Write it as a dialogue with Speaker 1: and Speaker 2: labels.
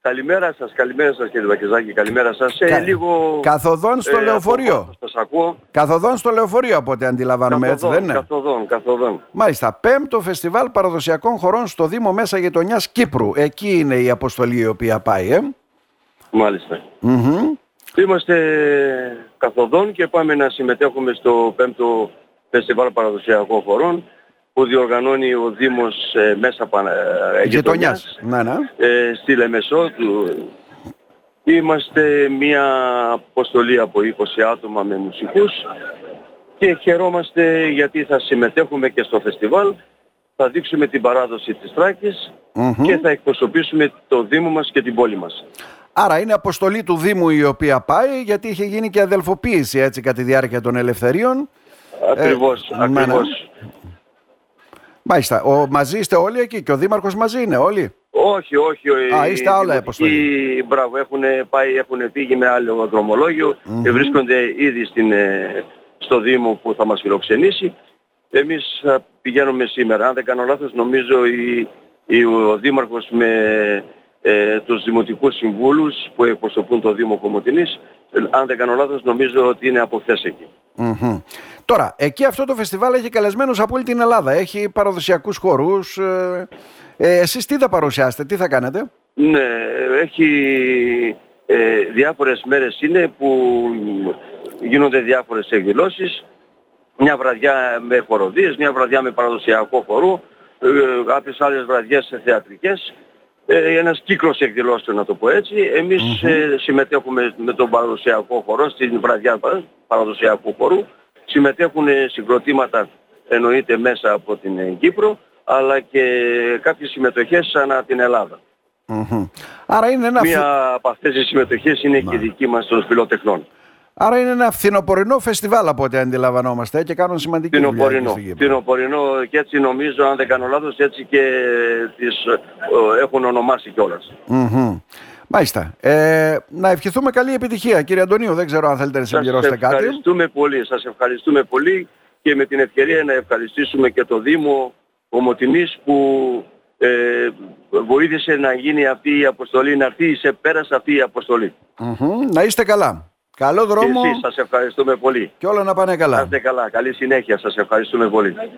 Speaker 1: Καλημέρα σας, καλημέρα σας κύριε Βακεζάκη, καλημέρα σας. Ε,
Speaker 2: Κα-
Speaker 1: λίγο...
Speaker 2: Καθοδόν στο
Speaker 1: ε,
Speaker 2: λεωφορείο.
Speaker 1: από Σας ακούω.
Speaker 2: Καθοδόν στο λεωφορείο, από ό,τι αντιλαμβάνομαι, έτσι δεν είναι.
Speaker 1: καθοδόν, καθοδόν.
Speaker 2: Μάλιστα, πέμπτο φεστιβάλ παραδοσιακών χωρών στο Δήμο Μέσα Γειτονιάς Κύπρου. Εκεί είναι η αποστολή η οποία πάει, ε.
Speaker 1: Μάλιστα.
Speaker 2: Μμμ.
Speaker 1: Είμαστε καθοδόν και πάμε να συμμετέχουμε στο 5ο Φεστιβάλ Παραδοσιακών Χωρών που διοργανώνει ο Δήμος ε, μέσα Πανα... ε,
Speaker 2: Γειτονιάς.
Speaker 1: γειτονιάς
Speaker 2: Ναι, ναι.
Speaker 1: ε, στη Λεμεσό του. Είμαστε μια αποστολή από 20 άτομα με μουσικούς και χαιρόμαστε γιατί θα συμμετέχουμε και στο φεστιβάλ, θα δείξουμε την παράδοση της Τράκης
Speaker 2: Μμμ.
Speaker 1: και θα εκπροσωπήσουμε το Δήμο μας και την πόλη μας.
Speaker 2: Άρα είναι αποστολή του Δήμου η οποία πάει, γιατί είχε γίνει και αδελφοποίηση έτσι κατά τη διάρκεια των ελευθερίων.
Speaker 1: Ακριβώς,
Speaker 2: ναι, ναι.
Speaker 1: ακριβώς.
Speaker 2: Μάλιστα, ο, μαζί είστε όλοι εκεί και ο Δήμαρχος μαζί είναι όλοι.
Speaker 1: Όχι, όχι.
Speaker 2: Α, είστε άλλα αποστολή.
Speaker 1: Οι μπράβο, έχουν πάει, έχουν φύγει με άλλο δρομολόγιο και βρίσκονται ήδη στην, ε, στο Δήμο που θα μας φιλοξενήσει. Εμείς θα πηγαίνουμε σήμερα. Αν δεν κάνω λάθος, νομίζω η, η, ο Δήμαρχος με ε, τους Δημοτικούς Συμβούλους που εκπροσωπούν το Δήμο Κομωτινής, ε, αν δεν κάνω λάθος, νομίζω ότι είναι από χθες εκεί.
Speaker 2: Μμμ. Τώρα, εκεί αυτό το φεστιβάλ έχει καλεσμένους από όλη την Ελλάδα. Έχει παραδοσιακούς χορούς. Ε, ε, εσείς τι θα παρουσιάσετε, τι θα κάνετε.
Speaker 1: Ναι, έχει ε, διάφορες μέρες είναι που γίνονται διάφορες εκδηλώσεις. Μια βραδιά με χοροδίες, μια βραδιά με παραδοσιακό χορό, ε, κάποιες άλλες βραδιές σε θεατρικές. Ε, ένας κύκλος εκδηλώσεων να το πω έτσι. Εμείς ε, συμμετέχουμε με τον παραδοσιακό χορό στην βραδιά πα- παραδοσιακού χορού. Συμμετέχουν ε, συγκροτήματα εννοείται μέσα από την ε, Κύπρο αλλά και κάποιες συμμετοχές ανά την Ελλάδα.
Speaker 2: Μμμ. Άρα είναι ένα, φι-
Speaker 1: Μία από αυτές τις συμμετοχές είναι και η δική μας των φιλοτεχνών.
Speaker 2: Άρα είναι ένα φθινοπορεινό φestival από ό,τι αντιλαμβανόμαστε ε, και κάνουν σημαντική δουλειά εκεί
Speaker 1: Τινοπορεινό.
Speaker 2: στην Κύπρο.
Speaker 1: Τινοπορεινό και έτσι νομίζω, αν δεν κάνω λάθος, έτσι και τις ε, έχουν ονομάσει κιόλας.
Speaker 2: Μμμ. Μάλιστα. Ε, να ευχηθούμε καλή επιτυχία, κύριε Αντωνίου. Δεν ξέρω αν θέλετε να
Speaker 1: Σας
Speaker 2: συμπληρώσετε κάτι.
Speaker 1: ευχαριστούμε πολύ. Σας ευχαριστούμε πολύ και με την ευκαιρία να ευχαριστήσουμε και το Δήμο Ομοτινής που ε, βοήθησε να γίνει αυτή η αποστολή, να έρθει σε πέρας αυτή η αποστολή.
Speaker 2: Μμμ. Να είστε καλά. Καλό
Speaker 1: Και
Speaker 2: δρόμο
Speaker 1: εσείς σας ευχαριστούμε πολύ.
Speaker 2: και όλα να πάνε καλά.
Speaker 1: Να είστε καλά. Καλή συνέχεια. Σας ευχαριστούμε πολύ.